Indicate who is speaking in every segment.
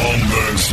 Speaker 1: this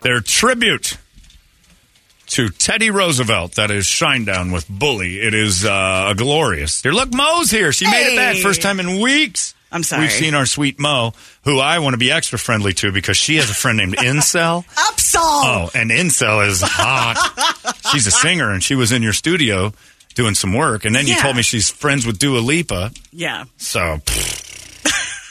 Speaker 2: Their tribute to Teddy Roosevelt that is Shinedown with Bully. It is uh, glorious. Here, look, Mo's here. She made it back
Speaker 3: Hey.
Speaker 2: first time in weeks.
Speaker 3: I'm sorry.
Speaker 2: We've seen our sweet Mo, who I want to be extra friendly to because she has a friend named Incel.
Speaker 3: Upsall.
Speaker 2: Oh, and Incel is hot. she's a singer, and she was in your studio doing some work. And then you
Speaker 3: Yeah.
Speaker 2: told me she's friends with Dua Lipa.
Speaker 3: Yeah. Uh.
Speaker 2: So, pfft,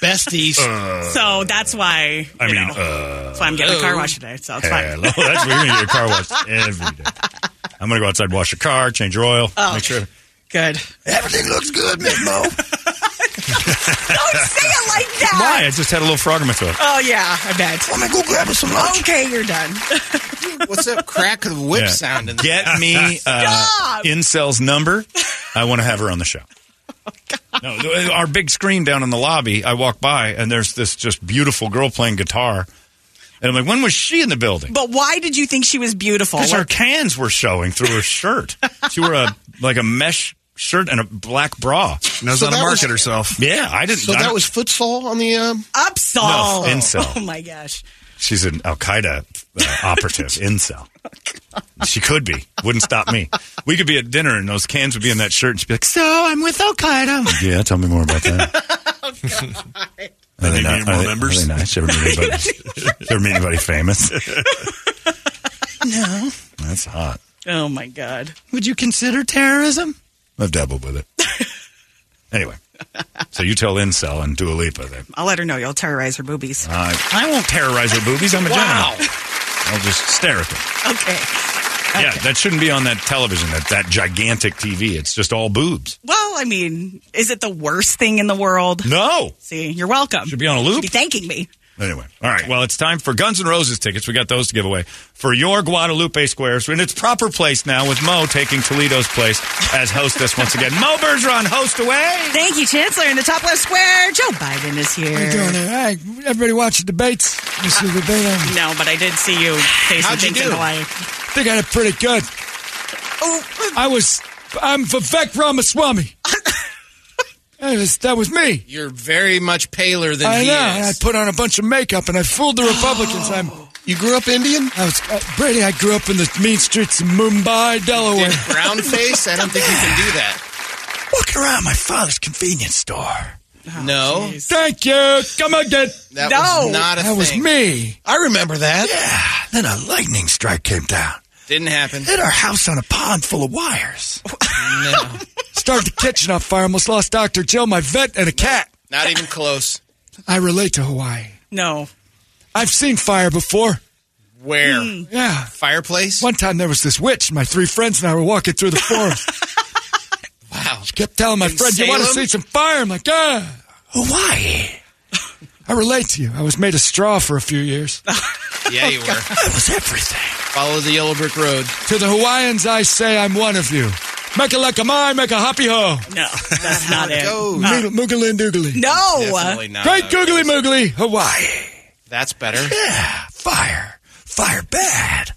Speaker 2: Uh,
Speaker 4: Besties.
Speaker 3: So that's why.
Speaker 2: I
Speaker 3: you
Speaker 2: mean,
Speaker 3: know,
Speaker 2: uh,
Speaker 3: that's why I'm getting a car wash today. So it's fine.
Speaker 2: hello. That's we're gonna get a car wash every day. I'm gonna go outside, wash your car, change your oil,
Speaker 3: Oh.
Speaker 2: make sure.
Speaker 3: Good.
Speaker 1: Everything looks good, Miss Mo.
Speaker 3: Don't say it like that.
Speaker 2: Why? I just had a little frog in my throat.
Speaker 3: Oh yeah, I bet.
Speaker 1: Let me go grab us some lunch.
Speaker 3: Okay, you're done.
Speaker 4: What's that crack of whip
Speaker 2: Yeah.
Speaker 4: sound in the
Speaker 2: Get me uh,
Speaker 3: Stop.
Speaker 2: Incel's number. I want to have her on the show. No, th- our big screen down in the lobby. I walk by and there's this just beautiful girl playing guitar, and I'm like, when was she in the building?
Speaker 3: But why did you think she was beautiful?
Speaker 2: Because her cans were showing through her shirt. she wore a like a mesh shirt and a black bra.
Speaker 5: Knows
Speaker 4: So
Speaker 5: how to
Speaker 4: that was-
Speaker 5: market herself.
Speaker 2: Yeah, I didn't.
Speaker 4: So
Speaker 2: I
Speaker 4: that
Speaker 2: don't-
Speaker 4: was futsal on the. Um,
Speaker 3: Upsall.
Speaker 2: No, incel.
Speaker 3: Oh my gosh.
Speaker 2: She's an Al Qaeda uh, operative, incel. She could be. Wouldn't stop me. We could be at dinner and those cans would be in that shirt and she'd be like, So I'm with Al Qaeda. I'm like, yeah, tell me more about that. Oh, Are
Speaker 5: They need
Speaker 2: ni-
Speaker 5: more
Speaker 2: are they-
Speaker 5: members?
Speaker 2: Are they nice? You Ever meet anybody, ever meet anybody famous? no. That's hot.
Speaker 3: Oh my god.
Speaker 2: Would you consider terrorism? I've dabbled with it. anyway, so you tell incel and Dua Lipa that
Speaker 3: I'll let her know. You'll terrorize her boobies.
Speaker 2: I, I won't terrorize her boobies. I'm a
Speaker 4: Wow.
Speaker 2: gentleman. I'll just stare at them.
Speaker 3: Okay.
Speaker 2: Yeah, that shouldn't be on that television, that, that gigantic TV. It's just all boobs.
Speaker 3: Well, I mean, is it the worst thing in the world?
Speaker 2: No.
Speaker 3: See, you're welcome.
Speaker 2: Should be on a loop.
Speaker 3: Be thanking me.
Speaker 2: Anyway, all right. Well, it's time for Guns N' Roses tickets. We got those to give away for your Guadalupe Squares in its proper place now with Mo taking Toledo's place as hostess once again. Mo Bergeron, host away.
Speaker 3: Thank you, Chancellor. In the top left square, Joe Biden is here.
Speaker 6: Hey, everybody watch the debates. You see the debate on.
Speaker 3: No, but I did see you facing
Speaker 4: How'd you
Speaker 3: things in
Speaker 4: do?
Speaker 3: Hawaii.
Speaker 6: I think I did pretty good.
Speaker 4: Oh,
Speaker 6: I was. I'm Vivek Ramaswamy. that, was, that was me.
Speaker 4: you're very much paler than
Speaker 6: I
Speaker 4: he
Speaker 6: know. and I
Speaker 4: is.
Speaker 6: put on a bunch of makeup and I fooled the Republicans. I'm.
Speaker 4: you grew up Indian?
Speaker 6: I was uh, Brady. I grew up in the mean streets of Mumbai, Delaware.
Speaker 4: Brown face? I don't think you can do that.
Speaker 2: Walking around my father's convenience store.
Speaker 7: Oh,
Speaker 4: no,
Speaker 6: Thank you. Come again.
Speaker 4: that
Speaker 3: No.
Speaker 4: was not a
Speaker 6: That was
Speaker 4: thing.
Speaker 6: me.
Speaker 4: I remember that.
Speaker 2: Yeah. Then a lightning strike came down.
Speaker 4: Didn't happen.
Speaker 2: Hit our house on a pond full of wires.
Speaker 4: No,
Speaker 6: Started the kitchen on fire. Almost lost Doctor Jill, my vet, and a cat.
Speaker 4: not even close.
Speaker 6: I relate to Hawaii.
Speaker 3: No.
Speaker 6: I've seen fire before.
Speaker 4: Where?
Speaker 7: Hmm.
Speaker 6: Yeah.
Speaker 4: Fireplace?
Speaker 6: One time there was this witch. My three friends and I were walking through the forest.
Speaker 4: Wow.
Speaker 6: Kept telling my
Speaker 4: In
Speaker 6: friend, "You want to
Speaker 4: Salem?
Speaker 6: see some fire?" I'm like, "Ah,
Speaker 2: Hawaii.
Speaker 6: I relate to you. I was made of straw for a few years."
Speaker 4: Yeah, you were.
Speaker 2: That was everything.
Speaker 4: Follow the yellow brick road.
Speaker 6: to the Hawaiians, I say, "I'm one of you." Make a like a mai, make a hoppy ho.
Speaker 3: No. That's not it.
Speaker 4: Go.
Speaker 6: Moog- Moogly and doogly.
Speaker 3: No.
Speaker 4: Definitely not.
Speaker 6: Great googly moogly, Hawaii.
Speaker 4: That's better.
Speaker 6: Yeah, fire, fire bad.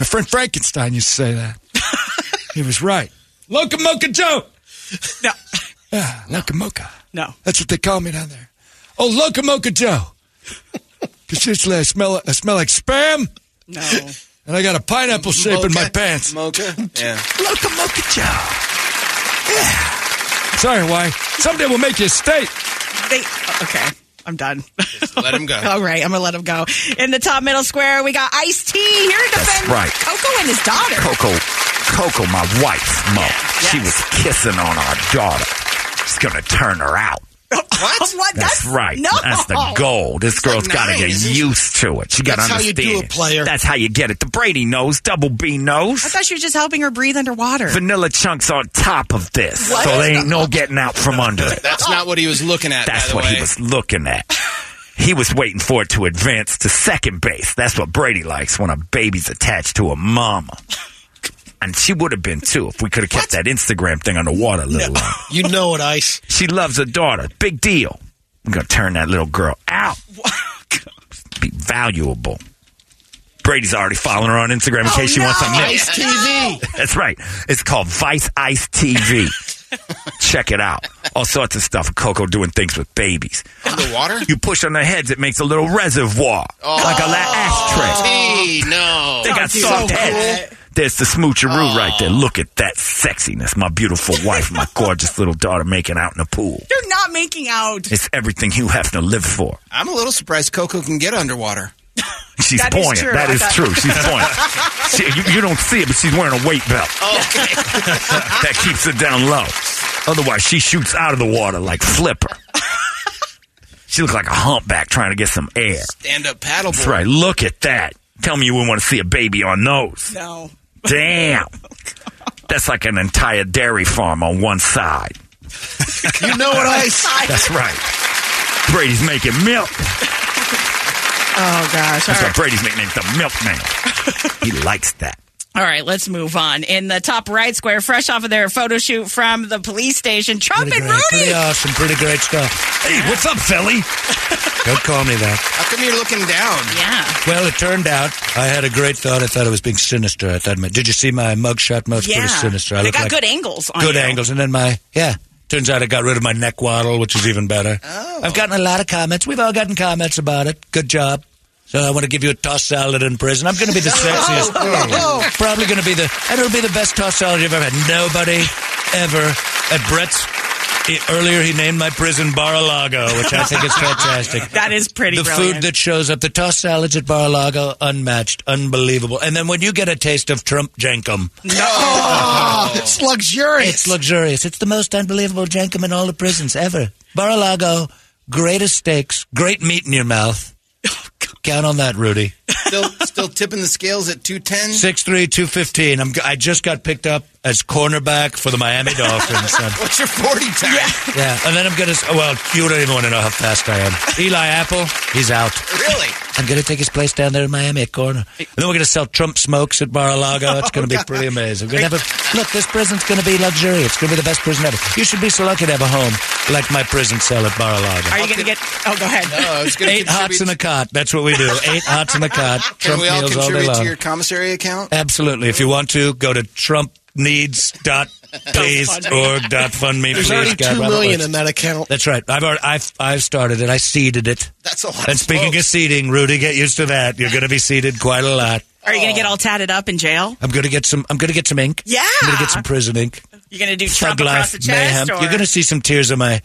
Speaker 6: My friend Frankenstein used to say that. he was right. Loca mocha Joe.
Speaker 3: No.
Speaker 6: Yeah, loca mocha.
Speaker 3: No.
Speaker 6: That's what they call me down there. Oh, Locomoca Joe. Because usually I smell, I smell like spam,
Speaker 3: No.
Speaker 6: and I got a pineapple shape in my
Speaker 4: Mocha?
Speaker 6: pants.
Speaker 4: Mocha? Yeah.
Speaker 6: Locomoca Joe. Yeah. Sorry, Hawaii. Someday we'll make you a state.
Speaker 3: They, okay. I'm done.
Speaker 4: Let him go.
Speaker 3: All right. I'm going to let him go. In the top middle square, we got Ice T here to defend
Speaker 8: right.
Speaker 3: Coco and his daughter.
Speaker 8: Coco, Coco, my wife, Mo. She was kissing on our daughter. She's gonna turn her out.
Speaker 3: What?
Speaker 4: Uh,
Speaker 3: That's,
Speaker 5: right.
Speaker 3: No.
Speaker 5: That's the goal. This girl's
Speaker 4: like
Speaker 5: got to
Speaker 4: nine,
Speaker 5: get
Speaker 4: isn't it?
Speaker 5: used to it. She got to
Speaker 4: That's how you
Speaker 5: understand.
Speaker 4: do it, player.
Speaker 5: That's how you get it. The Brady knows. Double B
Speaker 3: I
Speaker 5: knows.
Speaker 3: thought she was just helping her breathe underwater.
Speaker 5: Vanilla chunks on top of this,
Speaker 3: What?
Speaker 5: so there ain't no getting out from under it.
Speaker 4: That's not what he was looking at. by
Speaker 5: That's
Speaker 4: the
Speaker 5: what
Speaker 4: way.
Speaker 5: he was looking at. He was waiting for it to advance to second base. That's what Brady likes when a baby's attached to a mama. And she would have been too if we could have kept that Instagram thing underwater a little longer.
Speaker 8: You know it, Ice.
Speaker 5: She loves her daughter. Big deal. I'm going to turn that little girl out. Be valuable. Brady's already following her on Instagram
Speaker 4: Oh,
Speaker 5: in case she wants a mix.
Speaker 8: Ice TV.
Speaker 5: That's right. It's called Vice Ice TV. Check it out. All sorts of stuff. Coco doing things with babies.
Speaker 4: Underwater?
Speaker 5: You push on their heads, it makes a little reservoir, like a la- ashtray.
Speaker 4: Hey, no.
Speaker 5: They got soft heads. There's the smoocheroo
Speaker 3: Oh.
Speaker 5: right there. Look at that sexiness. My beautiful wife, my gorgeous little daughter making out in the pool.
Speaker 3: You're not making out.
Speaker 5: It's everything you have to live for.
Speaker 4: I'm a little surprised Coco can get underwater.
Speaker 5: She's
Speaker 3: That is
Speaker 5: buoyant.
Speaker 3: true.
Speaker 5: That
Speaker 3: I
Speaker 5: is
Speaker 3: thought-
Speaker 5: true. She's buoyant. she, you, you don't see it, but she's wearing a weight belt.
Speaker 3: Oh.
Speaker 5: that keeps her down low. Otherwise, she shoots out of the water like Flipper. she looks like a humpback trying to get some air.
Speaker 4: Stand up paddleboard.
Speaker 5: That's right. Look at that. Tell me you wouldn't want to see a baby on those.
Speaker 3: No.
Speaker 5: Damn. That's like an entire dairy farm on one side.
Speaker 8: You know it, Ice.
Speaker 5: That's right. Brady's making milk.
Speaker 3: Oh gosh. All
Speaker 5: That's
Speaker 3: right.
Speaker 5: why Brady's nicknamed the milkman. he likes that.
Speaker 3: All right, let's move on. In the top right square, fresh off of their photo shoot from the police station, Trump
Speaker 8: Pretty
Speaker 3: and
Speaker 8: great. Pretty
Speaker 3: Rudy.
Speaker 8: awesome. Pretty great stuff.
Speaker 5: Hey, what's up, Philly?
Speaker 8: Don't call me that.
Speaker 4: How come you're looking down?
Speaker 3: Yeah.
Speaker 8: Well, it turned out I had a great thought. I thought it was being sinister. I thought, did you see my mugshot? Most
Speaker 3: Yeah.
Speaker 8: pretty sinister. I
Speaker 3: they
Speaker 8: look
Speaker 3: got
Speaker 8: like
Speaker 3: good angles on
Speaker 8: good
Speaker 3: you.
Speaker 8: angles, and then my yeah. Turns out I got rid of my neck waddle, which is even better. Oh. I've gotten a lot of comments. We've all gotten comments about it. Good job. So I want to give you a toss salad in prison. I'm going to be the
Speaker 3: Oh,
Speaker 8: sexiest. Probably going to be the and it'll be the best toss salad you've ever had. Nobody ever at Brett's. he- earlier, he named my prison Bar-a-Lago, which I think is fantastic.
Speaker 3: That is pretty
Speaker 8: The
Speaker 3: brilliant.
Speaker 8: food that shows up, the toss salads at Bar-a-Lago, unmatched, unbelievable. And then when you get a taste of Trump Jankum,
Speaker 9: Oh,
Speaker 8: it's luxurious. It's luxurious. It's the most unbelievable jankum in all the prisons ever. Mar-a-Lago, greatest steaks, great meat in your mouth. Count on that, Rudy.
Speaker 4: Still, still tipping the scales at 210?
Speaker 8: Six three two fifteen. I'm. I just got picked up as cornerback for the Miami Dolphins. Um,
Speaker 4: What's your 40 time?
Speaker 8: yeah, and then I'm gonna. s- Well, you don't even want to know how fast I am. Eli Apple, he's out.
Speaker 4: Really?
Speaker 8: I'm gonna take his place down there in Miami at corner. And then we're gonna sell Trump smokes at Mar-a-Lago. It's
Speaker 4: Oh,
Speaker 8: gonna be pretty amazing. We're gonna have a, look, this prison's gonna be luxurious. It's gonna be the best prison ever. You should be so lucky to have a home like my prison cell
Speaker 3: Are
Speaker 8: at Mar-a-Lago.
Speaker 3: you going to get? Oh, go ahead.
Speaker 4: Oh, it's going to
Speaker 8: Eight hots in a cot. That's what we do. Eight hots in a cot.
Speaker 4: Can
Speaker 8: Trump
Speaker 4: we all
Speaker 8: meals all day
Speaker 4: contribute
Speaker 8: long.
Speaker 4: to your commissary account?
Speaker 8: Absolutely. If you want to, go to trumpneeds.please.org. dot fund me, There's
Speaker 5: There's
Speaker 8: please.
Speaker 5: already
Speaker 8: God,
Speaker 5: two
Speaker 8: Robert
Speaker 5: million
Speaker 8: Woods. in
Speaker 5: that account.
Speaker 8: That's right. I've already, I've I've started it. I seeded it.
Speaker 4: That's a lot.
Speaker 8: And speaking of seeding, Rudy, get used to that. You're going to be seeded quite a lot.
Speaker 3: Are you going to get all tatted up in jail?
Speaker 8: I'm going to get some. I'm going to get some ink.
Speaker 3: Yeah.
Speaker 8: I'm going to get some prison ink.
Speaker 3: You're going to do Trump
Speaker 8: Thug
Speaker 3: across the
Speaker 8: life, mayhem.
Speaker 3: chest? Or
Speaker 8: You're going to see some tears on my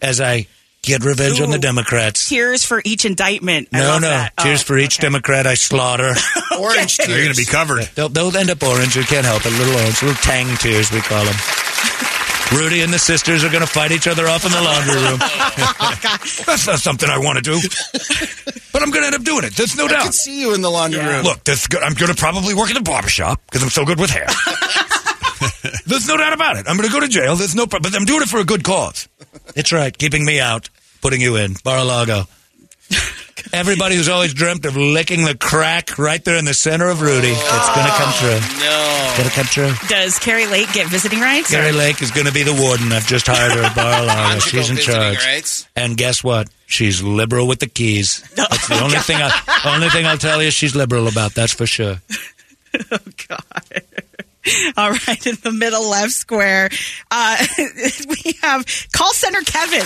Speaker 8: as I get revenge on the
Speaker 3: Ooh.
Speaker 8: Democrats.
Speaker 3: tears for each indictment? I
Speaker 8: no,
Speaker 3: love
Speaker 8: no.
Speaker 3: that. Oh,
Speaker 8: Tears for each
Speaker 3: okay.
Speaker 8: Democrat I slaughter.
Speaker 4: Orange
Speaker 2: You're going to be covered.
Speaker 8: They'll, they'll end up orange. You can't help it. Little orange, little tang tears, we call them. Rudy and the sisters are going to fight each other off in the laundry room. That's not something I want to do, but I'm going to end up doing it. There's no
Speaker 4: I
Speaker 8: doubt.
Speaker 4: could see you in the laundry
Speaker 3: Yeah.
Speaker 4: room.
Speaker 8: Look, this, I'm going to probably work in a barbershop because I'm so good with hair. There's no doubt about it. I'm going to go to jail. There's no problem, but I'm doing it for a good cause. It's right. Keeping me out, putting you in. Bar-a-Lago. Everybody who's always dreamt of licking the crack right there in the center of Rudy, it's going to come true.
Speaker 4: Oh, No.
Speaker 8: Gotta come true.
Speaker 3: Does Carrie Lake get visiting rights?
Speaker 8: Gary Lake is going to be the warden. I've just hired her at Bar-a-Lago.
Speaker 4: Conjugal
Speaker 8: She's in
Speaker 4: visiting
Speaker 8: charge.
Speaker 4: rights.
Speaker 8: And guess what? She's liberal with the keys. That's the only thing. I, only thing I'll tell you, she's liberal about. That's for sure.
Speaker 3: All right, in the middle left square, uh, we have call center Kevin.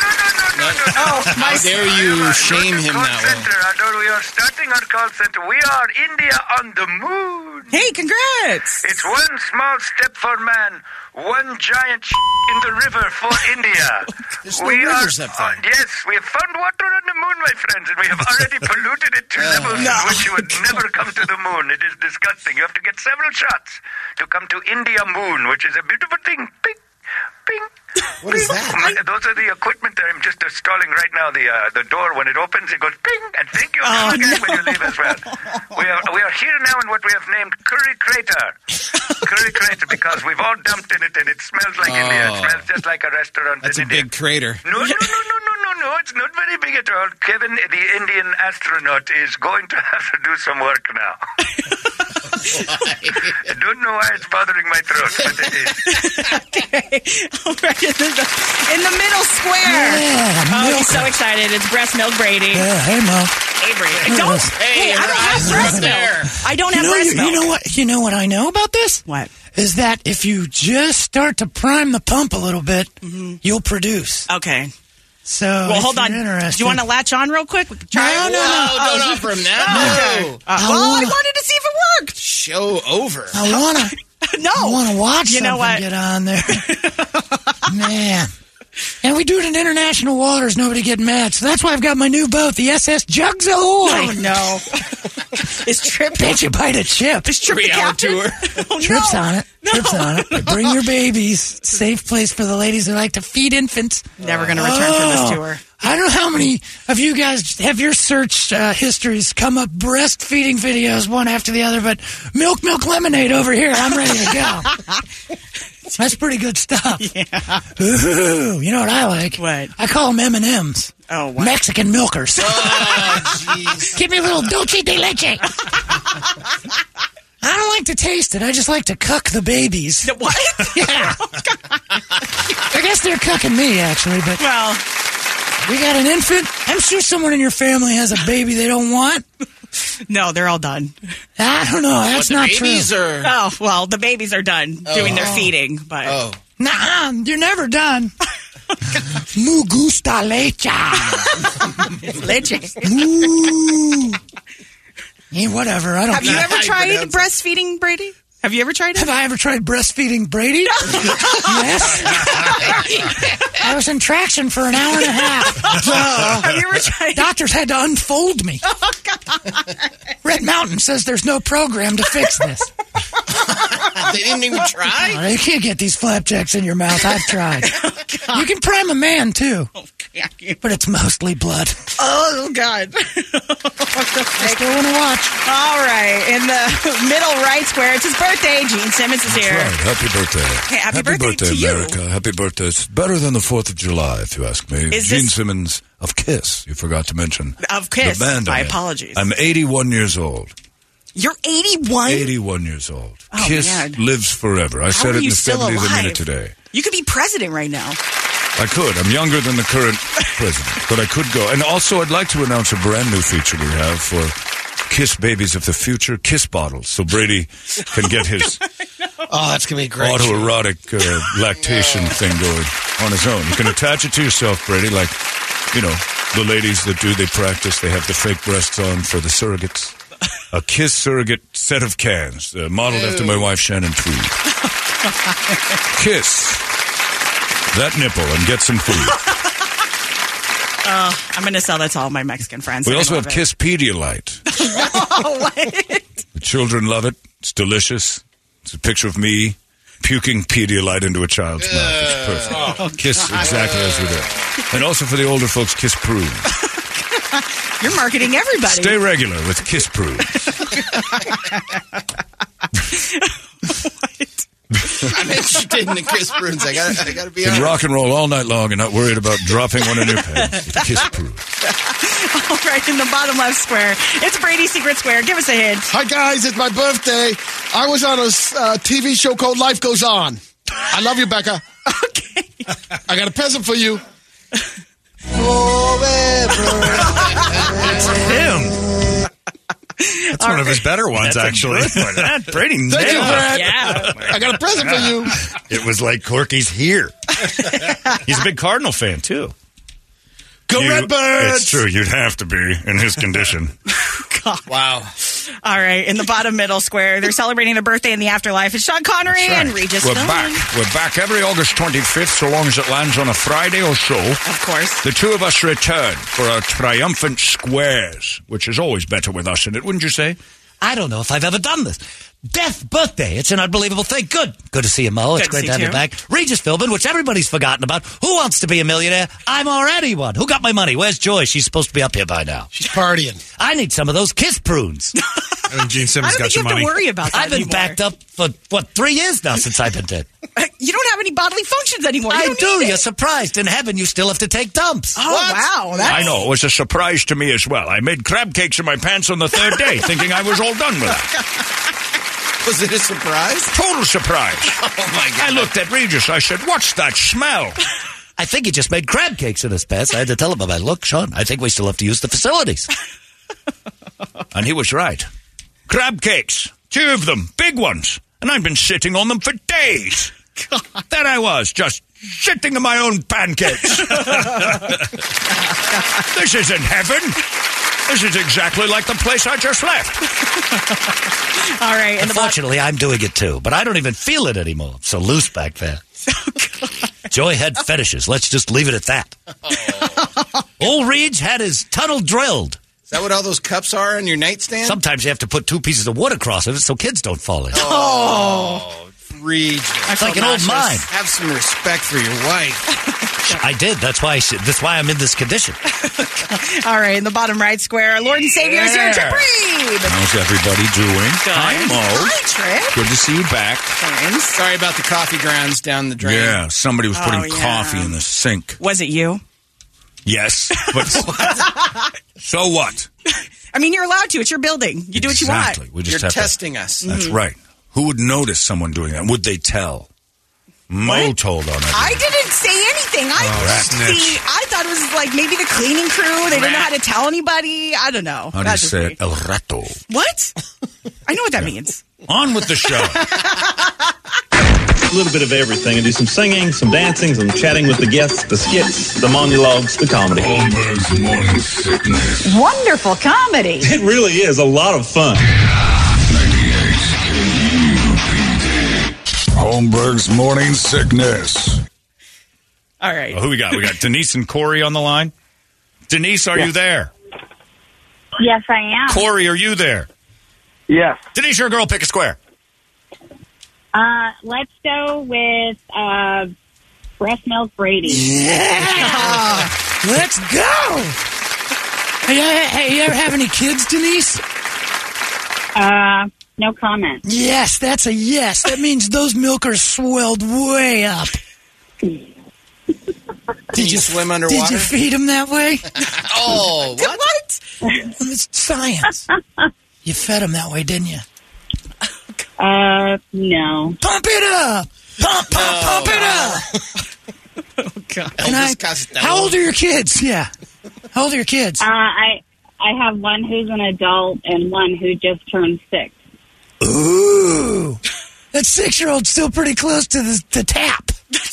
Speaker 4: Oh, How dare you shame him that
Speaker 7: Although we are starting our call center, we are India on the moon.
Speaker 3: Hey, congrats!
Speaker 7: It's one small step for man, one giant in the river for India.
Speaker 4: There's no rivers up there.
Speaker 7: Yes, we have found water on the moon, my friends, and we have already polluted it
Speaker 4: Oh,
Speaker 7: to levels at which you would never come to the moon. It is disgusting. You have to get several shots to come to India moon, which is a beautiful thing. Ping, What is that? Those are the equipment that I'm just installing right now. The uh, the door when it opens, it goes ping, and thank you
Speaker 3: Oh,
Speaker 7: again when you leave as well. We are we are here now in what we have named Curry Crater. Curry Crater because we've all dumped in it, and it smells like India. It
Speaker 4: Oh.
Speaker 7: smells just like a restaurant
Speaker 4: That's
Speaker 7: in
Speaker 4: a
Speaker 7: India.
Speaker 4: big crater.
Speaker 7: No, no, no, no, no, no, no. It's not very big at all. Kevin, the Indian astronaut, is going to have to do some work now. I don't know why it's bothering my throat, but it is.
Speaker 3: All right, in the, in the middle square. oh, he's so excited. It's breast milk Brady.
Speaker 9: Yeah, hey, Mo.
Speaker 3: Hey, Brady. Don't. Hey, I
Speaker 4: her
Speaker 3: don't have
Speaker 4: eyes
Speaker 3: breast
Speaker 4: are
Speaker 3: milk.
Speaker 4: there.
Speaker 3: I don't
Speaker 9: You
Speaker 3: have
Speaker 9: know,
Speaker 3: breast
Speaker 9: you,
Speaker 3: milk.
Speaker 9: you know what? You know what I know about this?
Speaker 3: What?
Speaker 9: Is that if you just start to prime the pump a little bit, you'll produce.
Speaker 3: Okay.
Speaker 9: So,
Speaker 3: Mm-hmm. Well,
Speaker 9: if
Speaker 3: hold
Speaker 9: you're
Speaker 3: on. Do
Speaker 9: interested-
Speaker 3: you want to latch on real quick? We can Try
Speaker 9: Oh, No,
Speaker 3: it.
Speaker 9: no, no.
Speaker 3: Oh,
Speaker 4: don't
Speaker 3: you-
Speaker 4: offer him that.
Speaker 3: Okay.
Speaker 4: No.
Speaker 3: Uh, well, I wanted to see if it worked.
Speaker 4: Show over.
Speaker 9: I want to.
Speaker 3: No.
Speaker 9: I want to watch
Speaker 3: You know
Speaker 9: something
Speaker 3: what?
Speaker 9: get on there. Man. And we do it in international waters. Nobody get mad. So that's why I've got my new boat, the SS Jugs
Speaker 3: Oh,
Speaker 9: Ahoy.
Speaker 3: no. it's trip.
Speaker 9: Bet you bite a chip.
Speaker 3: It's trip the
Speaker 4: Three-hour
Speaker 3: captain?
Speaker 4: tour.
Speaker 3: Oh,
Speaker 9: Trips
Speaker 3: no.
Speaker 9: on it. Trips on it. Bring your babies. Safe place for the ladies that like to feed infants.
Speaker 3: Never going to return for
Speaker 9: Oh.
Speaker 3: this tour.
Speaker 9: I don't know how many of you guys have your search uh, histories come up breastfeeding videos one after the other, but milk, milk, lemonade over here. I'm ready to go. That's pretty good stuff. Ooh, you know what I like?
Speaker 3: What?
Speaker 9: I call them M and M's.
Speaker 3: Oh, wow. Oh,
Speaker 9: Mexican milkers. Give me a little dulce de leche. I don't like to taste it. I just like to cuck the babies.
Speaker 3: What? Oh,
Speaker 9: Yeah. I guess they're cucking me actually, but
Speaker 3: well,
Speaker 9: we got an infant. I'm sure someone in your family has a baby they don't want.
Speaker 3: no, they're all done.
Speaker 9: I don't know. That's
Speaker 4: the
Speaker 9: not true.
Speaker 4: babies are.
Speaker 3: Oh, well, the babies are done doing their feeding, but
Speaker 4: Oh,
Speaker 9: Nah, you're never done. Mu gusta leche.
Speaker 3: leche.
Speaker 9: Ooh. Yeah, Eh, whatever. I don't.
Speaker 3: Have you
Speaker 9: know.
Speaker 3: ever tried breastfeeding, Brady? Have you ever tried it?
Speaker 9: Have I ever tried breastfeeding Brady? yes. I was in traction for an hour and a half.
Speaker 3: Have you ever tried? Oh,
Speaker 9: Doctors had to unfold me. Red Mountain says there's no program to fix this.
Speaker 4: they didn't even try.
Speaker 9: Oh, you can't get these flapjacks in your mouth. I've tried.
Speaker 3: Oh,
Speaker 9: you can prime a man too, but it's mostly blood.
Speaker 3: Oh God!
Speaker 9: I still want to watch.
Speaker 3: All right, in the middle right square, it's his birthday. Gene Simmons is here.
Speaker 10: Happy birthday.
Speaker 3: Hey, happy birthday to you.
Speaker 10: Happy birthday. It's better than the 4th of July, if you ask me.
Speaker 3: Is
Speaker 10: Gene
Speaker 3: this-
Speaker 10: Simmons of Kiss, you forgot to mention.
Speaker 3: Of Kiss.
Speaker 10: The band
Speaker 3: My
Speaker 10: I'm in.
Speaker 3: apologies.
Speaker 10: I'm 81 years old.
Speaker 3: You're 81.
Speaker 10: 81 years old.
Speaker 3: Oh,
Speaker 10: Kiss
Speaker 3: man.
Speaker 10: lives forever. I
Speaker 3: are
Speaker 10: said it in
Speaker 3: you
Speaker 10: the
Speaker 3: still
Speaker 10: 70s a
Speaker 3: alive?
Speaker 10: minute today.
Speaker 3: You could be president right now.
Speaker 10: I could. I'm younger than the current president, but I could go. And also, I'd like to announce a brand new feature we have for Kiss Babies of the Future Kiss Bottles. So Brady can get his
Speaker 4: Oh, that's gonna be great.
Speaker 10: autoerotic uh, lactation thing going on his own. You can attach it to yourself, Brady, like, you know, the ladies that do, they practice, they have the fake breasts on for the surrogates. A Kiss surrogate set of cans, uh, modeled after my wife, Shannon Tweed. Kiss that nipple and get some food.
Speaker 3: Oh, I'm going to sell that to all my Mexican friends.
Speaker 10: We
Speaker 3: I
Speaker 10: also
Speaker 3: love
Speaker 10: have
Speaker 3: it. Oh,
Speaker 10: Kiss Pedialyte. The children love it. It's delicious. It's a picture of me puking Pedialyte into a child's mouth. It's perfect. Kiss exactly as we do. And also for the older folks, Kiss Prune.
Speaker 3: You're marketing everybody.
Speaker 10: Stay regular with Kiss Prune.
Speaker 4: I'm interested in the Chris Bruins. I gotta, I gotta be
Speaker 10: And
Speaker 4: honest.
Speaker 10: rock and roll all night long and not worried about dropping one in your pants with Kiss Prune.
Speaker 3: all right, in the bottom left square, it's Brady's Secret Square. Give us a hint.
Speaker 11: Hi guys, it's my birthday. I was on a uh, TV show called Life Goes On. I love you, Becca. okay. I got a present for you.
Speaker 2: Him. That's one of his better ones, actually. That Brady
Speaker 11: Thank you,
Speaker 2: nailed it.
Speaker 11: Brad.
Speaker 3: Yeah.
Speaker 11: I got a present for you.
Speaker 10: Oh,
Speaker 2: It was like Corky's here. He's a big Cardinal fan too.
Speaker 11: Go
Speaker 2: You-
Speaker 11: Redbirds!
Speaker 2: It's true. You'd have to be in his condition.
Speaker 4: Wow.
Speaker 3: All right, in the bottom middle square, they're celebrating their birthday in the afterlife. It's Sean Connery and Regis
Speaker 10: We're
Speaker 3: Philbin.
Speaker 10: back. We're back every August 25th, so long as it lands on a Friday or so.
Speaker 3: Of course.
Speaker 10: The two of us return for our triumphant squares, which is always better with us in it, wouldn't you say?
Speaker 9: I don't know if I've ever done this.
Speaker 8: Death birthday. It's an unbelievable thing. Good. Good to see you, Mo. It's
Speaker 9: Good to
Speaker 8: great
Speaker 9: see
Speaker 8: to have
Speaker 9: you,
Speaker 8: you.
Speaker 9: too.
Speaker 8: back. Regis Philbin, which everybody's forgotten about. Who wants to be a millionaire? I'm already one. Who got my money? Where's Joy? She's supposed to be up here by now. She's partying. I need some of those kiss prunes. I mean, Gene Simmons
Speaker 3: I don't got think your you have to money. worry about that
Speaker 8: I've been
Speaker 3: anymore.
Speaker 8: backed up for, what, three years now since I've been dead.
Speaker 3: Uh, You don't have any bodily functions anymore. You
Speaker 8: I
Speaker 3: don't
Speaker 8: do.
Speaker 3: need it.
Speaker 8: You're surprised. In heaven, you still have to take dumps.
Speaker 3: Oh, wow. That's-
Speaker 2: I know. It was a surprise to me as well. I made crab cakes in my pants on the third day, thinking I was all done with it.
Speaker 4: Was it a surprise?
Speaker 2: Total surprise. Oh, my God. I looked at Regis. I said, What's that smell?
Speaker 8: I think he just made crab cakes in his pants. I had to tell him about, look, Sean, I think we still have to use the facilities.
Speaker 2: And he was right. Crab cakes. Two of them. Big ones. And I've been sitting on them for days. God. There I was, just shitting in my own pancakes. this isn't heaven. This is exactly like the place I just left.
Speaker 3: All right.
Speaker 8: Unfortunately, I'm doing it too, but I don't even feel it anymore. I'm so loose back there. Joy had fetishes. Let's just leave it at that.
Speaker 2: Oh.
Speaker 8: Old Reed's had his tunnel drilled.
Speaker 4: Is that what all those cups are on your nightstand?
Speaker 8: Sometimes you have to put two pieces of wood across it so kids don't fall in.
Speaker 4: Oh, Regis.
Speaker 8: It's like an old mine.
Speaker 4: Have some respect for your wife.
Speaker 8: I did. That's why. I should, that's why I'm in this condition.
Speaker 3: All right, in the bottom right square, Lord and Savior is here,
Speaker 2: Yeah.
Speaker 3: Trip Reed.
Speaker 2: How's everybody doing? Hi, Mo.
Speaker 3: Hi, Trip.
Speaker 2: Good to see you back.
Speaker 4: Sorry about the coffee grounds down the drain.
Speaker 2: Yeah, somebody was putting
Speaker 4: Oh, yeah.
Speaker 2: coffee in the sink.
Speaker 3: Was it you?
Speaker 2: Yes, but so what?
Speaker 3: I mean, you're allowed to. It's your building. You do what you want.
Speaker 2: exactly. We just have to- That's
Speaker 9: Mm-hmm.
Speaker 11: Mm-hmm.
Speaker 3: Mhm.
Speaker 2: right. Who would notice someone doing that? Would they tell? Mo told on it.
Speaker 3: I didn't say anything. I
Speaker 2: Oh, rat
Speaker 3: see.
Speaker 2: snitch.
Speaker 3: I thought it was like maybe the cleaning crew. They didn't know how to tell anybody. I don't know.
Speaker 2: How do you
Speaker 3: That's just
Speaker 2: say
Speaker 3: me.
Speaker 2: it? El rato.
Speaker 3: What? I know what that means.
Speaker 2: On with the show.
Speaker 12: a little bit of everything and do some singing, some dancing, some chatting with the guests, the skits, the monologues, the comedy.
Speaker 1: Holmberg's morning sickness.
Speaker 13: Wonderful comedy.
Speaker 12: It really is a lot of fun.
Speaker 1: Holmberg's morning sickness.
Speaker 3: All right.
Speaker 2: who we got? We got Denise and Corey on the line. Denise, are you there?
Speaker 14: Yes, I am.
Speaker 2: Corey, are you there?
Speaker 15: Yes.
Speaker 2: Denise, you're a girl. Pick a square.
Speaker 14: Uh, let's go with uh, breast milk Brady.
Speaker 9: Yeah. Let's go. Hey, hey, hey, you ever have any kids, Denise?
Speaker 14: Uh, no comment.
Speaker 9: Yes, that's a yes. That means those milk are swelled way up.
Speaker 4: Did you, swim underwater?
Speaker 9: Did you feed them that way?
Speaker 4: Oh, what?
Speaker 9: It's science. You fed them that way, didn't you?
Speaker 14: Uh, no.
Speaker 9: Pump it up. Pump, pump, pump it up. And I- how old are your kids? Yeah. How old are your kids?
Speaker 14: Uh, I I have one who's an adult and one who just turned six.
Speaker 9: Ooh. That six year old's still pretty close to the, the tap.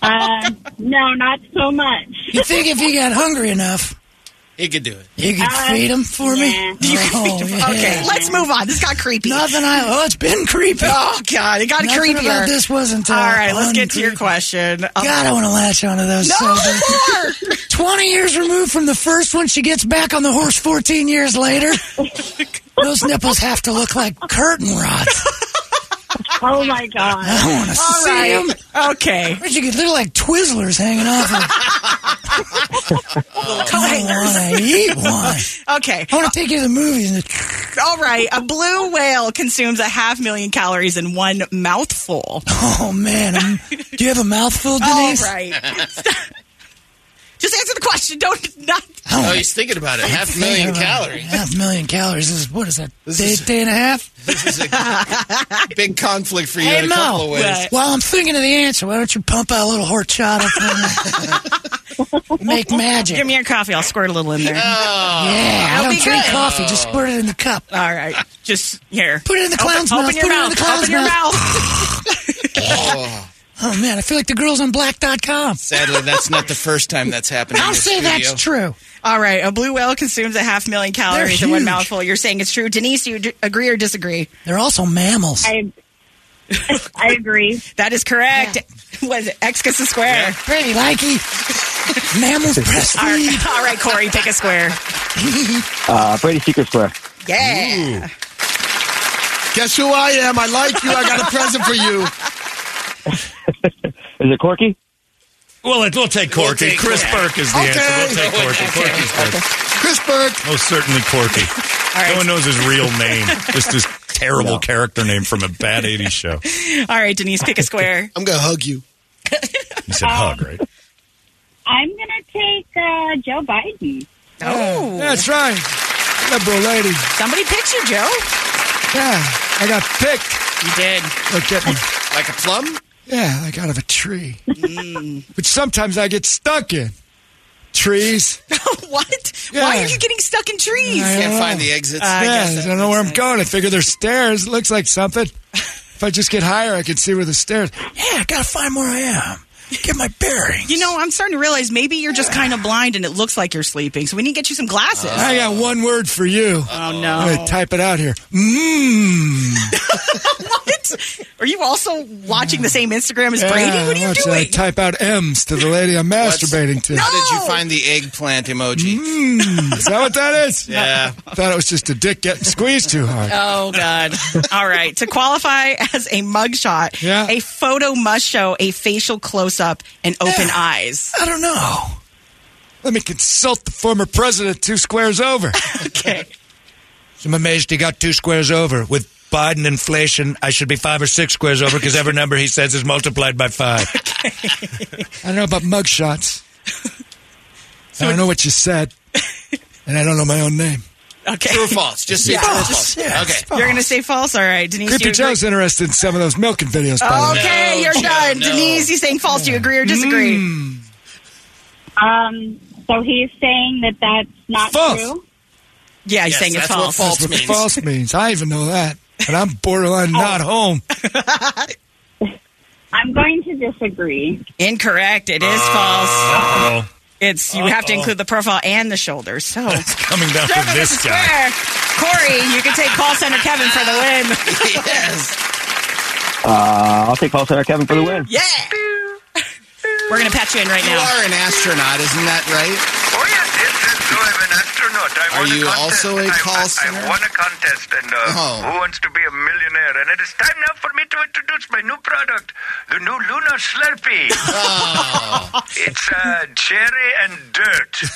Speaker 14: Uh, no, not so much.
Speaker 9: You think if he got hungry enough,
Speaker 4: He could do it.
Speaker 9: you could
Speaker 4: Uh,
Speaker 9: feed him for me?
Speaker 3: You can
Speaker 9: Oh,
Speaker 3: feed them-
Speaker 9: yeah.
Speaker 3: Okay, let's move on. This got creepy.
Speaker 9: Nothing I. Oh, it's been creepy.
Speaker 3: Oh God, it got
Speaker 9: Nothing
Speaker 3: creepier.
Speaker 9: about this wasn't. Uh,
Speaker 3: All right, let's get to your question.
Speaker 9: God, I want to latch onto those.
Speaker 3: No
Speaker 9: so bad. Twenty years removed from the first one, she gets back on the horse. Fourteen years later, those nipples have to look like curtain rods.
Speaker 14: Oh my god!
Speaker 9: I want to
Speaker 14: All
Speaker 9: see
Speaker 14: right.
Speaker 9: them.
Speaker 3: Okay,
Speaker 9: Where'd you get? They're like Twizzlers hanging off. Of. I want to eat one.
Speaker 3: okay.
Speaker 9: I want to take you to the movies. And
Speaker 3: All right, a blue whale consumes a half million calories in one mouthful.
Speaker 9: Oh man, I'm- do you have a mouthful,
Speaker 3: All
Speaker 9: Denise?
Speaker 3: right. Just answer the question. Don't not.
Speaker 4: Oh, he's thinking about it. Half a million calories.
Speaker 9: Half million calories is what is that? Day, day and a half.
Speaker 4: This is a big conflict for you
Speaker 9: Hey
Speaker 4: in a couple
Speaker 9: Mo,
Speaker 4: of ways.
Speaker 9: while I'm thinking of the answer, why don't you pump out a little horchata for me? Make magic.
Speaker 3: Give me your coffee. I'll squirt a little in
Speaker 4: Oh.
Speaker 3: there.
Speaker 9: yeah, I
Speaker 3: That'll
Speaker 9: don't
Speaker 3: be
Speaker 9: drink
Speaker 3: good.
Speaker 9: coffee. Just squirt it in the cup.
Speaker 3: All right, just here.
Speaker 9: Put it in the
Speaker 3: Open-
Speaker 9: clown's
Speaker 3: open
Speaker 9: mouth.
Speaker 3: your
Speaker 9: Put it in
Speaker 3: mouth.
Speaker 9: the clown's
Speaker 3: Open your
Speaker 9: Oh man, I feel like the girls on black.com.
Speaker 4: Sadly, that's not the first time that's happened. in
Speaker 9: I'll
Speaker 4: this
Speaker 9: say
Speaker 4: studio.
Speaker 9: that's true.
Speaker 3: All right, a blue whale consumes a half million calories
Speaker 9: They're
Speaker 3: in one
Speaker 9: huge.
Speaker 3: mouthful. You're saying it's true, Denise? Do you d- agree or disagree?
Speaker 9: They're also mammals.
Speaker 14: I I agree.
Speaker 3: That is correct. Was it X gets a square?
Speaker 9: Pretty likey. Mammals breastfeed.
Speaker 3: All right, Corey, pick a square.
Speaker 15: Uh, Brady Secret Square.
Speaker 3: Yeah.
Speaker 16: Guess who I am? I like you. I got a present for you.
Speaker 15: Is it Corky?
Speaker 2: Well, it, we'll take Corky.
Speaker 16: take
Speaker 2: Chris
Speaker 16: Corky.
Speaker 2: Burke is the
Speaker 16: Okay.
Speaker 2: answer. We'll take Corky.
Speaker 16: Okay.
Speaker 2: Corky's good.
Speaker 16: Chris Burke.
Speaker 2: Most certainly Corky. No one knows his real name. Just his terrible character name from a bad 80s show.
Speaker 3: All right, Denise, pick a square.
Speaker 16: I'm gonna hug you.
Speaker 2: You said hug, right?
Speaker 14: I'm going to take uh, Joe Biden.
Speaker 6: Oh.
Speaker 3: Oh.
Speaker 6: Yeah, that's right. Liberal lady.
Speaker 3: Somebody picked you, Joe.
Speaker 6: Yeah, I got picked.
Speaker 3: You did.
Speaker 6: Look at me.
Speaker 4: Like a plum? Mm.
Speaker 6: Yeah, like out of a tree. Which sometimes I get stuck in. Trees.
Speaker 3: what?
Speaker 6: Yeah.
Speaker 3: Why are you getting stuck in trees?
Speaker 6: I don't know.
Speaker 3: Uh, I
Speaker 6: yeah,
Speaker 3: guess
Speaker 6: I don't know where I'm going. I figure there's stairs. It looks like something. If I just get higher, I can see where the stairs. Yeah, I gotta find where I am. Get my bearings.
Speaker 3: You know, I'm starting to realize maybe you're just kind of blind and it looks like you're sleeping. So we need to get you some glasses.
Speaker 6: I got one word for you.
Speaker 3: Oh, no.
Speaker 6: I'm gonna type it out here. Mmm.
Speaker 3: what? Are you also watching the same Instagram as Brady? What are you
Speaker 6: watch, I
Speaker 3: doing?
Speaker 6: type out M's to the lady I'm masturbating to.
Speaker 4: How did you find the eggplant emoji?
Speaker 16: Hmm.
Speaker 6: Mm, is that what that is?
Speaker 4: Yeah.
Speaker 6: Thought it was just a dick getting squeezed too hard.
Speaker 3: Oh God! All right. To qualify as a mugshot, yeah. a photo must show a facial close-up and open eyes.
Speaker 6: I don't know. Let me consult the former president two squares over.
Speaker 3: okay.
Speaker 8: I'm amazed he got two squares over. With Biden inflation, I should be five or six squares over because every number he says is multiplied by five.
Speaker 6: I don't know about mugshots. I don't know what you said. And I don't know my own name.
Speaker 3: Okay.
Speaker 4: True or false? Just say
Speaker 3: Yeah.
Speaker 4: true or false.
Speaker 6: Yeah.
Speaker 4: Okay.
Speaker 3: You're gonna say false. All right, Denise. do
Speaker 6: Creepy
Speaker 3: you
Speaker 6: Joe's
Speaker 3: agree?
Speaker 6: interested in some of those milking videos, by the way.
Speaker 3: Okay,
Speaker 14: No,
Speaker 3: you're
Speaker 14: Joe,
Speaker 3: done.
Speaker 14: no.
Speaker 3: Denise, he's saying false. Do you agree or disagree?
Speaker 14: Um, so he's saying that that's not
Speaker 6: False.
Speaker 14: true.
Speaker 3: Yeah,
Speaker 14: he's saying it's false.
Speaker 6: That's what false means. Oh. I even know that. And I'm borderline not home.
Speaker 14: I'm going to disagree.
Speaker 3: Incorrect. It is false.
Speaker 2: Uh-oh.
Speaker 3: It's you have to
Speaker 2: Uh-oh.
Speaker 3: include the profile and the shoulders. So
Speaker 2: It's coming down
Speaker 3: Joe
Speaker 2: from
Speaker 3: goes
Speaker 2: this
Speaker 3: to
Speaker 2: guy.
Speaker 3: square. Corey, you can take call center Kevin for the win. yes.
Speaker 15: Uh, I'll take Paul Center Kevin for the win.
Speaker 3: Yeah. We're gonna patch you in right
Speaker 4: You
Speaker 3: now.
Speaker 4: are an astronaut, isn't that right?
Speaker 7: Oh,
Speaker 4: Are you also a call center?
Speaker 7: I won a contest, and uh,
Speaker 4: Oh.
Speaker 7: who wants to be a millionaire? And it is time now for me to introduce my new product, the new Lunar Slurpee. It's uh, cherry and dirt. Oh,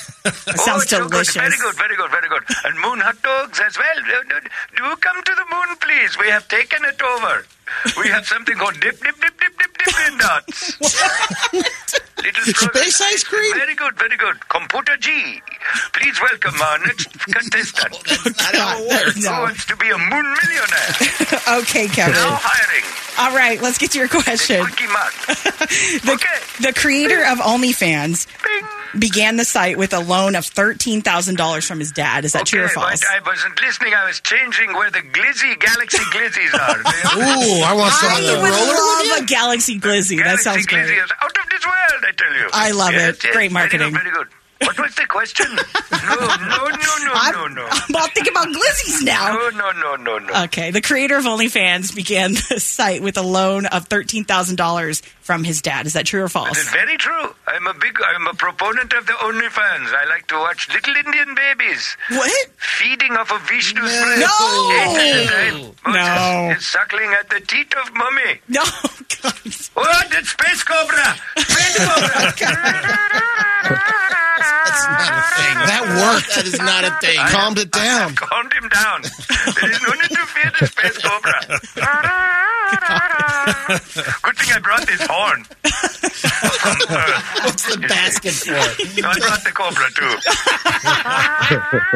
Speaker 3: sounds
Speaker 7: it's so good.
Speaker 3: delicious.
Speaker 7: Very good, very good, very good. And moon hot dogs as well. Uh, Do do come to the moon, please. We have taken it over. We have something called dip, dip, dip, dip, dip, dip in dots. Little Space ice cream. Very good, very good. Computer G, please welcome our next contestant. Who wants to be a moon millionaire?
Speaker 3: okay, Kevin.
Speaker 7: Now hiring.
Speaker 3: All right, let's get to your question. the, the creator of OnlyFans began the site with a loan of thirteen thousand dollars from his dad. Is that true or
Speaker 7: Okay,
Speaker 3: false?
Speaker 7: but I wasn't listening. I was changing where the glizzy galaxy glizzies are.
Speaker 16: Ooh, I want some
Speaker 3: I
Speaker 16: of the
Speaker 3: would
Speaker 16: roller.
Speaker 3: love a Galaxy Glizzy. that sounds great.
Speaker 7: glizzy is out of this world, I tell you.
Speaker 3: I love
Speaker 7: Yes,
Speaker 3: it.
Speaker 7: yes,
Speaker 3: Great marketing.
Speaker 7: Very good. Very good. What was the question? No, no, no, no, no, no.
Speaker 3: I'm all thinking about glizzies now.
Speaker 7: No, no, no, no, no.
Speaker 3: Okay, the creator of OnlyFans began the site with a loan of thirteen thousand dollars from his dad. Is that true or
Speaker 7: That is
Speaker 3: false?
Speaker 7: very true. I'm a big, I'm a proponent of the OnlyFans. I like to watch little Indian babies.
Speaker 3: What?
Speaker 7: Feeding off of Vishnu's
Speaker 3: No.
Speaker 7: breast.
Speaker 3: No.
Speaker 7: Yes, and I-
Speaker 3: No.
Speaker 7: Moses is suckling at the teat of mummy.
Speaker 3: No.
Speaker 7: Oh, that's space cobra. Space cobra.
Speaker 16: That worked. That is not a thing. Calmed it down.
Speaker 7: Calmed him down. There is no need to fear the space cobra. Good thing I brought this horn. What's the basket for? No, I brought the cobra too.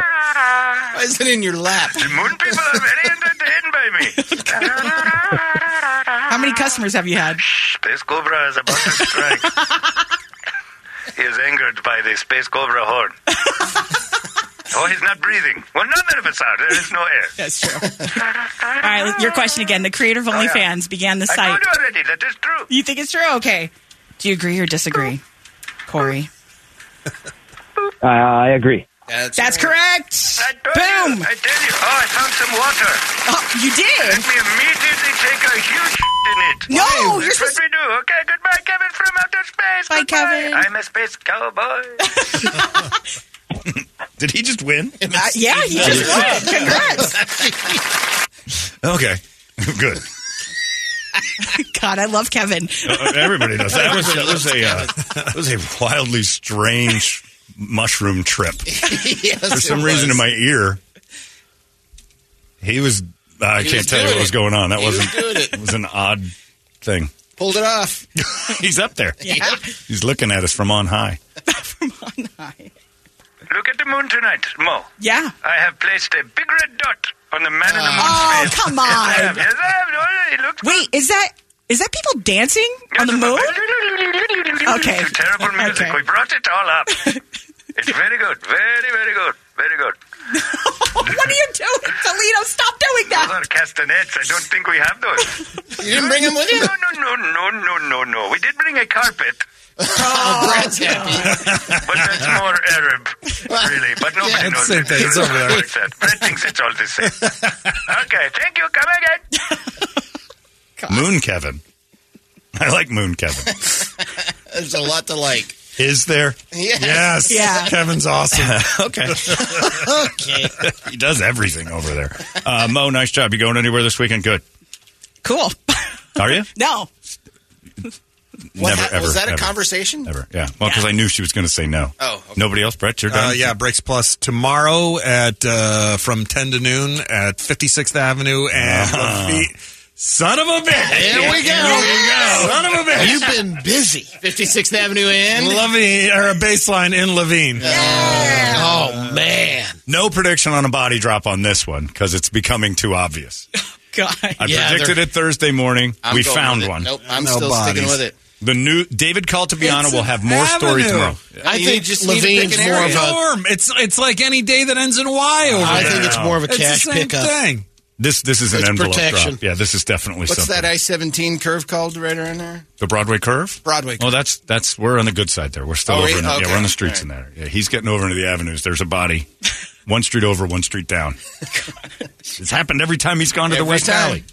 Speaker 4: Why is it in your lap?
Speaker 7: The moon people are very entertained by me.
Speaker 3: How many customers have you had?
Speaker 7: Space cobra is about to strike. he is angered by the space cobra horn. oh, he's not breathing. Well, none of us are. There is no air.
Speaker 3: That's true. All right, your question again. The creator of OnlyFans began the
Speaker 7: Oh, I
Speaker 3: site.
Speaker 7: told you already. That is true.
Speaker 3: You think it's true? Okay. Do you agree or disagree, Corey?
Speaker 15: Uh, I agree.
Speaker 4: That's,
Speaker 3: correct. Boom.
Speaker 7: I tell you. Oh, I found some water.
Speaker 3: Oh, you did.
Speaker 7: Let me immediately take a huge in it.
Speaker 3: No, you're
Speaker 7: That's what
Speaker 3: supposed-
Speaker 7: we do. Okay, goodbye, Kevin from outer space.
Speaker 3: Bye,
Speaker 7: Goodbye.
Speaker 3: Kevin.
Speaker 7: I'm a space cowboy.
Speaker 2: Did he just win?
Speaker 3: Uh, yeah, he just won. Congrats.
Speaker 2: Okay. Good.
Speaker 3: God, I love Kevin.
Speaker 2: Uh, everybody does. That was, that was a uh, that was a wildly strange mushroom trip. For some reason, in my ear, he was. I
Speaker 16: He
Speaker 2: can't
Speaker 16: was
Speaker 2: tell you
Speaker 16: doing
Speaker 2: what was
Speaker 16: it.
Speaker 2: going on. That
Speaker 16: He was
Speaker 2: wasn't.
Speaker 16: doing it.
Speaker 2: it was an odd thing.
Speaker 16: Pulled it off.
Speaker 2: He's up there.
Speaker 3: Yeah.
Speaker 2: He's looking at us from on high.
Speaker 7: Look at the moon tonight, Mo.
Speaker 3: Yeah.
Speaker 7: I have placed a big red dot on the man in the moon's
Speaker 3: Oh,
Speaker 7: face.
Speaker 3: come
Speaker 7: Yes, I have.
Speaker 3: on.
Speaker 7: Yes, I have. No, it looks
Speaker 3: Wait, is that is that people dancing on the moon? Okay.
Speaker 7: To terrible music.
Speaker 3: Okay.
Speaker 7: We brought it all up. It's very good. Very, very good. Very good.
Speaker 3: what are you doing, Toledo? Stop doing that.
Speaker 7: Those are castanets. I don't think we have those.
Speaker 16: You didn't bring them with you?
Speaker 7: No, no, no, no, no, no, no. We did bring a carpet. Oh,
Speaker 16: Brad's happy.
Speaker 7: but that's more Arab, really. But nobody
Speaker 16: Yeah, it's
Speaker 7: knows
Speaker 16: same
Speaker 7: it.
Speaker 16: thing. It's over there.
Speaker 7: Like that. Brad thinks it's all the same. okay, thank you. Come again.
Speaker 2: Moon Kevin. I like Moon Kevin.
Speaker 4: There's a lot to like.
Speaker 2: Is there? Yes.
Speaker 4: Yes. Yeah.
Speaker 2: Kevin's awesome. okay.
Speaker 4: okay.
Speaker 2: he does everything over there. Uh, Mo, nice job. You going anywhere this weekend? Good.
Speaker 3: Cool.
Speaker 2: Are you?
Speaker 3: No.
Speaker 2: Never,
Speaker 4: ha-
Speaker 2: ever.
Speaker 4: was that a
Speaker 2: ever,
Speaker 4: conversation?
Speaker 2: Ever. Yeah. Well, because I knew she was going to say no.
Speaker 4: Oh, okay.
Speaker 2: Nobody else? Brett, you're
Speaker 11: Uh,
Speaker 2: done?
Speaker 11: yeah, Breaks Plus tomorrow at uh, from 10 to noon at 56th Avenue and
Speaker 2: Ah.
Speaker 11: the son of a bitch.
Speaker 4: There we go.
Speaker 11: go. Son of a bitch.
Speaker 4: You've been busy. 56th Avenue in.
Speaker 11: Levine or a baseline in Levine.
Speaker 4: Oh man.
Speaker 2: No prediction on a body drop on this one because it's becoming too obvious.
Speaker 3: God.
Speaker 2: I predicted it Thursday morning.
Speaker 4: I'm
Speaker 2: we
Speaker 4: going
Speaker 2: found
Speaker 4: with it.
Speaker 2: one.
Speaker 4: Nope, I'm still sticking with it.
Speaker 2: The new David Caltabiano
Speaker 11: It's
Speaker 2: will
Speaker 11: an
Speaker 2: have more story
Speaker 11: avenue.
Speaker 2: tomorrow.
Speaker 4: I
Speaker 11: You
Speaker 4: think
Speaker 11: just need to pick
Speaker 4: Levine's
Speaker 11: an
Speaker 4: more
Speaker 11: area.
Speaker 4: of a-
Speaker 11: Norm. It's it's like any day that ends in Y over
Speaker 4: I
Speaker 11: there.
Speaker 4: think it's more of a
Speaker 11: the
Speaker 4: cash
Speaker 11: same
Speaker 4: pickup.
Speaker 11: Thing.
Speaker 2: This this is an
Speaker 4: It's
Speaker 2: envelope
Speaker 4: protection.
Speaker 2: drop. Yeah, this is definitely
Speaker 4: What's
Speaker 2: something.
Speaker 4: that I seventeen curve called right around there?
Speaker 2: The Broadway curve?
Speaker 4: Broadway
Speaker 2: Oh, that's that's we're on the good side there. We're still
Speaker 4: Oh,
Speaker 2: over
Speaker 4: really?
Speaker 2: in the, yeah,
Speaker 4: Okay.
Speaker 2: we're on the streets in
Speaker 4: All
Speaker 2: there. Yeah, he's getting over into the avenues. There's a body. one street over, one street down. it's happened every time he's gone to the
Speaker 4: Every
Speaker 2: West
Speaker 4: time.
Speaker 2: Alley.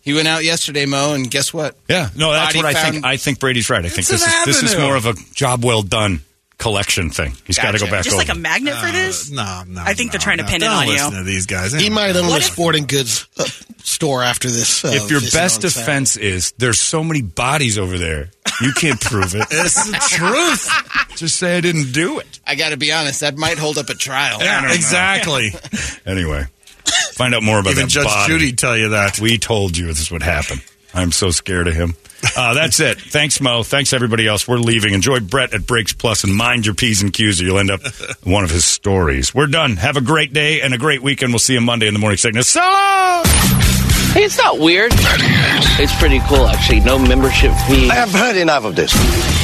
Speaker 4: He went out yesterday, Mo, and guess what?
Speaker 2: Yeah. No, that's
Speaker 4: Body
Speaker 2: what I think
Speaker 4: found-
Speaker 2: I think Brady's right. I think
Speaker 4: It's
Speaker 2: this
Speaker 4: an
Speaker 2: is this is
Speaker 4: avenue.
Speaker 2: more of a job well done collection thing. He's got to go back
Speaker 3: Just
Speaker 2: over.
Speaker 3: like a magnet for this?
Speaker 11: Uh, No, no.
Speaker 3: I think they're trying to pin it
Speaker 11: Don't
Speaker 3: on
Speaker 11: listen
Speaker 3: you.
Speaker 11: to these guys.
Speaker 16: He might own
Speaker 11: What
Speaker 16: a sporting goods uh, store after this. Uh,
Speaker 2: if your
Speaker 16: this
Speaker 2: best
Speaker 16: is on Saturday.
Speaker 2: defense is there's so many bodies over there, you can't prove it.
Speaker 11: It's the truth.
Speaker 2: Just say I didn't do it.
Speaker 4: I got to be honest. That might hold up a trial.
Speaker 11: Yeah, exactly.
Speaker 2: Anyway, find out more about
Speaker 11: Even
Speaker 2: that
Speaker 11: Judge
Speaker 2: body.
Speaker 11: Judy tell you that.
Speaker 2: We told you this would happen. I'm so scared of him. Uh, that's it. Thanks, Mo. Thanks, everybody else. We're leaving. Enjoy Brett at Breaks Plus and mind your P's and Q's or you'll end up in one of his stories. We're done. Have a great day and a great weekend. We'll see you Monday in the morning sickness. So long!
Speaker 17: Hey, it's not weird. It's pretty cool, actually. No membership fee. I have heard enough of this.